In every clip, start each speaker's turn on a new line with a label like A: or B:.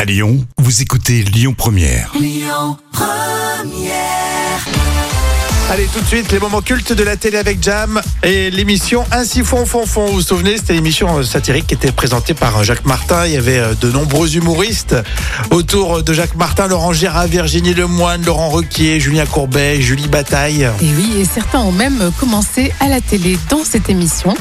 A: À Lyon, vous écoutez Lyon Première.
B: Allez, tout de suite, les moments cultes de la télé avec Jam et l'émission Ainsi font font font. Vous vous souvenez, c'était l'émission euh, satirique qui était présentée par euh, Jacques Martin. Il y avait euh, de nombreux humoristes autour euh, de Jacques Martin, Laurent Gérard, Virginie Lemoine, Laurent Requier, Julien Courbet, Julie Bataille.
C: Et oui, et certains ont même commencé à la télé dans cette émission.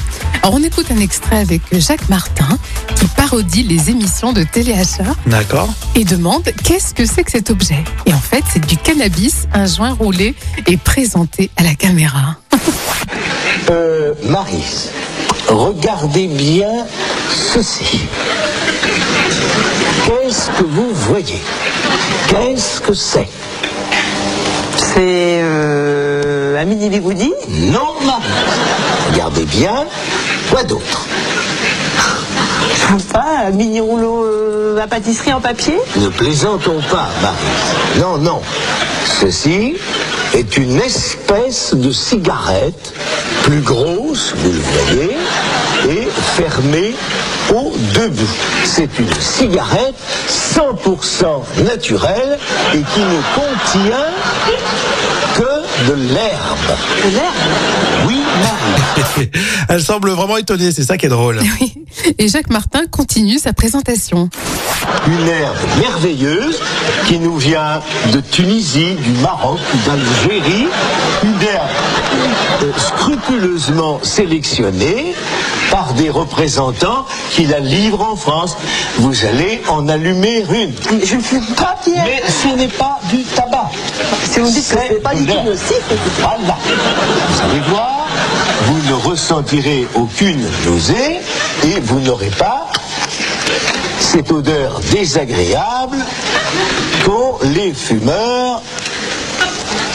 C: Alors on écoute un extrait avec Jacques Martin qui parodie les émissions de téléachat
B: D'accord
C: et demande qu'est-ce que c'est que cet objet Et en fait, c'est du cannabis, un joint roulé et présenté à la caméra.
D: Euh, Maris, regardez bien ceci. Qu'est-ce que vous voyez Qu'est-ce que c'est
E: C'est euh, un mini bigoudi
D: Non, Maris. Regardez bien. Quoi d'autre
E: Je sais pas, un mini rouleau euh, à pâtisserie en papier
D: Ne plaisantons pas, Maris. Non, non. Ceci est une espèce de cigarette plus grosse, vous le voyez, et fermée au début. C'est une cigarette 100% naturelle et qui ne contient que de l'herbe.
E: De l'herbe
D: Oui, Marie.
B: Elle semble vraiment étonnée, c'est ça qui est drôle.
C: Oui. Et Jacques Martin continue sa présentation.
D: une herbe merveilleuse qui nous vient de Tunisie, du Maroc, d'Algérie, une herbe euh, scrupuleusement sélectionnée par des représentants qui la livrent en France. Vous allez en allumer une.
E: Je ne fume pas, Pierre
D: Mais ce n'est pas du tabac.
E: Si vous me dites que ce n'est pas du
D: de
E: tout
D: l'herbe.
E: nocif, écoutez.
D: Voilà. Vous allez voir, vous ne ressentirez aucune nausée et vous n'aurez pas cette odeur désagréable qu'ont les fumeurs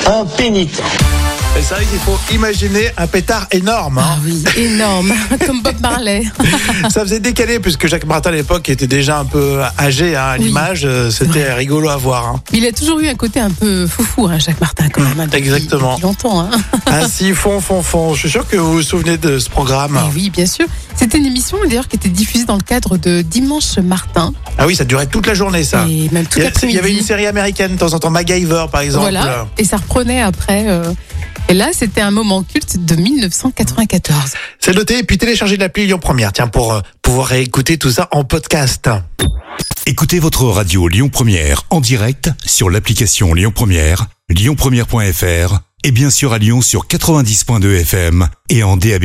D: impénitents.
B: Et C'est vrai qu'il faut imaginer un pétard énorme. hein.
C: Ah oui, énorme, comme Bob Marley.
B: Ça faisait décaler puisque Jacques Martin à l'époque était déjà un peu âgé hein, à
C: Oui.
B: l'image. euh, C'était rigolo à voir. hein.
C: Il a toujours eu un côté un peu foufou, hein, Jacques Martin, quand même. hein, depuis-
B: exactement.
C: depuis longtemps. hein.
B: Ainsi, fond, fond, fond. Je suis sûr que vous vous souvenez de ce programme.
C: Eh oui, bien sûr. C'était une émission d'ailleurs qui était diffusée dans le cadre de Dimanche Martin
B: Ah oui, ça durait toute la journée, ça.
C: et même tout
B: Il y a- il y avait une
C: l'après-midi.
B: série américaine de temps en temps, MacGyver par exemple.
C: Voilà, et ça reprenait après. euh, Et là, c'était un moment culte de 1994.
B: C'est noté et puis téléchargez l'appli Lyon Première, tiens, pour euh, pouvoir réécouter tout ça en podcast.
A: Écoutez votre radio Lyon Première en direct sur l'application Lyon Première, lyonpremière.fr et bien sûr à Lyon sur 90.2 FM et en DAB+.